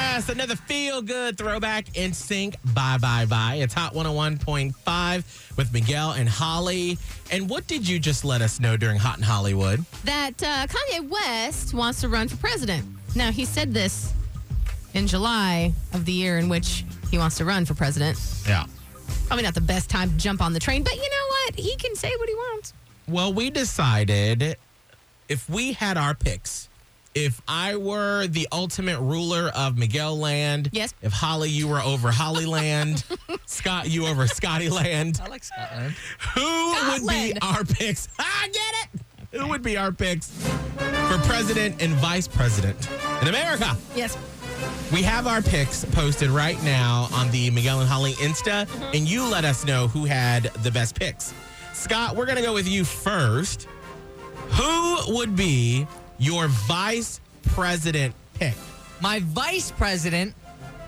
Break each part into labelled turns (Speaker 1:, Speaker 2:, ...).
Speaker 1: Yes, another feel good throwback in sync. Bye bye bye. It's Hot 101.5 with Miguel and Holly. And what did you just let us know during Hot in Hollywood?
Speaker 2: that uh, Kanye West wants to run for president. Now, he said this in July of the year in which he wants to run for president.
Speaker 1: Yeah.
Speaker 2: Probably not the best time to jump on the train, but you know what? He can say what he wants.
Speaker 1: Well, we decided if we had our picks, if I were the ultimate ruler of Miguel Land,
Speaker 2: Yes.
Speaker 1: if Holly, you were over Holly Land, Scott, you over Scotty Land,
Speaker 3: I like Scotland.
Speaker 1: who would be
Speaker 2: Scotland.
Speaker 1: our picks? I get it. Who would be our picks for president and vice president in America?
Speaker 2: Yes.
Speaker 1: We have our picks posted right now on the Miguel and Holly Insta, and you let us know who had the best picks. Scott, we're going to go with you first. Who would be your vice president pick?
Speaker 3: My vice president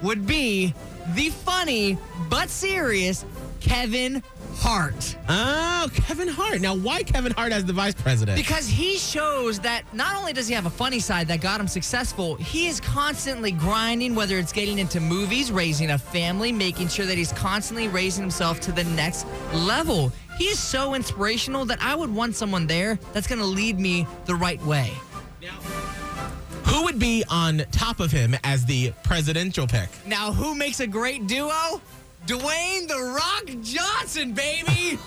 Speaker 3: would be the funny but serious Kevin Hart.
Speaker 1: Oh, Kevin Hart. Now, why Kevin Hart as the vice president?
Speaker 3: Because he shows that not only does he have a funny side that got him successful, he is constantly grinding, whether it's getting into movies, raising a family, making sure that he's constantly raising himself to the next level. He is so inspirational that I would want someone there that's going to lead me the right way.
Speaker 1: who would be on top of him as the presidential pick?
Speaker 3: Now, who makes a great duo? Dwayne The Rock Johnson, baby!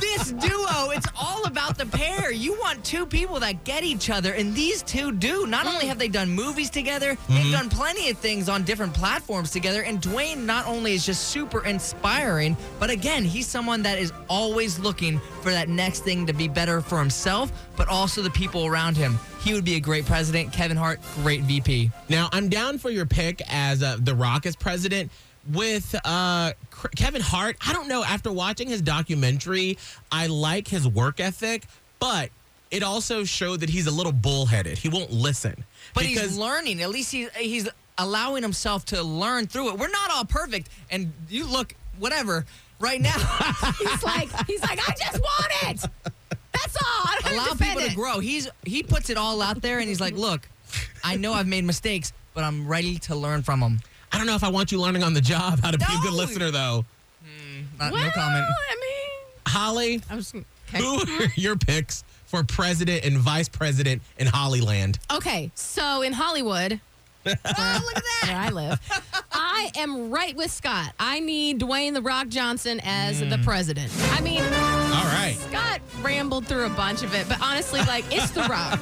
Speaker 3: this duo, it's all about the pair. You want two people that get each other, and these two do. Not only have they done movies together, they've done plenty of things on different platforms together, and Dwayne not only is just super inspiring, but again, he's someone that is always looking for that next thing to be better for himself, but also the people around him. He would be a great president. Kevin Hart, great VP.
Speaker 1: Now, I'm down for your pick as uh, The Rock as president. With uh, Cr- Kevin Hart, I don't know. After watching his documentary, I like his work ethic, but it also showed that he's a little bullheaded. He won't listen.
Speaker 3: But he's learning. At least he's he's allowing himself to learn through it. We're not all perfect, and you look whatever right now.
Speaker 2: He's like, he's like, I just want it. That's all. I don't
Speaker 3: allow
Speaker 2: have
Speaker 3: people to
Speaker 2: defend
Speaker 3: grow. He's he puts it all out there, and he's like, look, I know I've made mistakes, but I'm ready to learn from them.
Speaker 1: I don't know if I want you learning on the job how to be a good
Speaker 3: No.
Speaker 1: listener, though.
Speaker 3: Not,
Speaker 2: it. Well,
Speaker 3: no comment.
Speaker 2: I mean,
Speaker 1: Holly,
Speaker 2: I was, okay.
Speaker 1: who are your picks for president and vice president in Hollyland?
Speaker 2: Okay, so in Hollywood,
Speaker 3: Oh, look at that.
Speaker 2: where I live, I am right with Scott. I need Dwayne The Rock Johnson as the president. I mean,
Speaker 1: All right.
Speaker 2: Scott rambled through a bunch of it, but honestly, like, it's The Rock.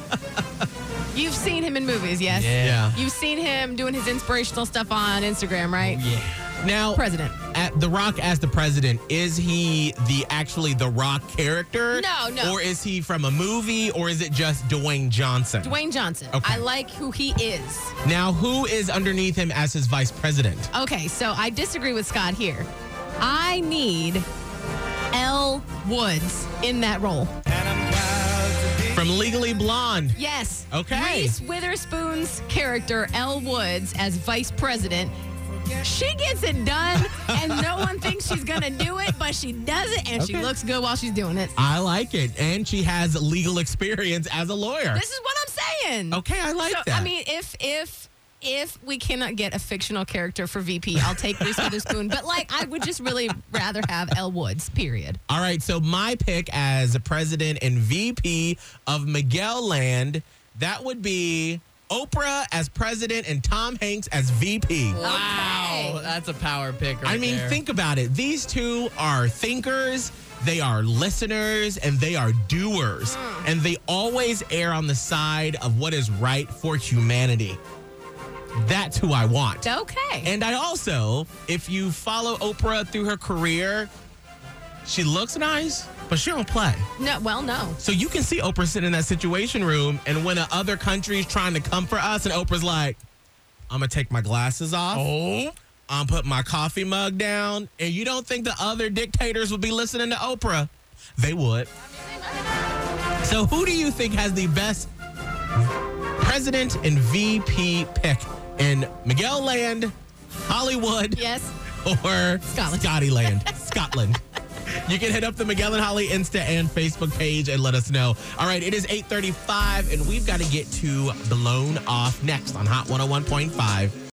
Speaker 2: You've seen him in movies, yes?
Speaker 1: Yeah.
Speaker 2: You've seen him doing his inspirational stuff on Instagram, right?
Speaker 1: Oh, Yeah. Now,
Speaker 2: President.
Speaker 1: at The Rock as the president, is he the actually The Rock character?
Speaker 2: No, no.
Speaker 1: Or is he from a movie or is it just Dwayne Johnson?
Speaker 2: Dwayne Johnson.
Speaker 1: Okay.
Speaker 2: I like who he is.
Speaker 1: Now, who is underneath him as his vice president?
Speaker 2: Okay, so I disagree with Scott here. I need L. Woods in that role.
Speaker 1: From Legally Blonde.
Speaker 2: Yes.
Speaker 1: Okay.
Speaker 2: Reese Witherspoon's character, Elle Woods, as vice president. She gets it done, and no one thinks she's gonna do it, but she does it, and she
Speaker 1: Okay.
Speaker 2: looks good while she's doing it.
Speaker 1: I like it. And she has legal experience as a lawyer.
Speaker 2: This is what I'm saying.
Speaker 1: okay, I like
Speaker 2: So,
Speaker 1: that.
Speaker 2: I mean, if if if we cannot get a fictional character for VP, I'll take Reese Witherspoon. But like, I would just really rather have Elle Woods. Period.
Speaker 1: All right, so my pick as president and VP of Miguel Land, that would be Oprah as president and Tom Hanks as VP.
Speaker 3: Wow,
Speaker 2: Okay.
Speaker 3: Oh, that's a power pick. Right
Speaker 1: I mean,
Speaker 3: there.
Speaker 1: think about it. These two are thinkers, they are listeners, and they are doers. And they always err on the side of what is right for humanity. That's who I want.
Speaker 2: Okay.
Speaker 1: And I also, if you follow Oprah through her career, she looks nice, but she don't play.
Speaker 2: no. Well, no.
Speaker 1: So you can see Oprah sitting in that situation room, and when a other country's trying to come for us, and Oprah's like, I'm gonna take my glasses off.
Speaker 3: Oh.
Speaker 1: I'm putting my coffee mug down. And you don't think the other dictators would be listening to Oprah? They would. So who do you think has the best president and VP pick in Miguel Land, Hollywood,
Speaker 2: Yes.
Speaker 1: or
Speaker 2: Scotland.
Speaker 1: Scotty Land, Scotland. You can hit up the Miguel and Holly Insta and Facebook page and let us know. All right, it is oh 8:35 and we've got to get to blown off next on Hot 101.5.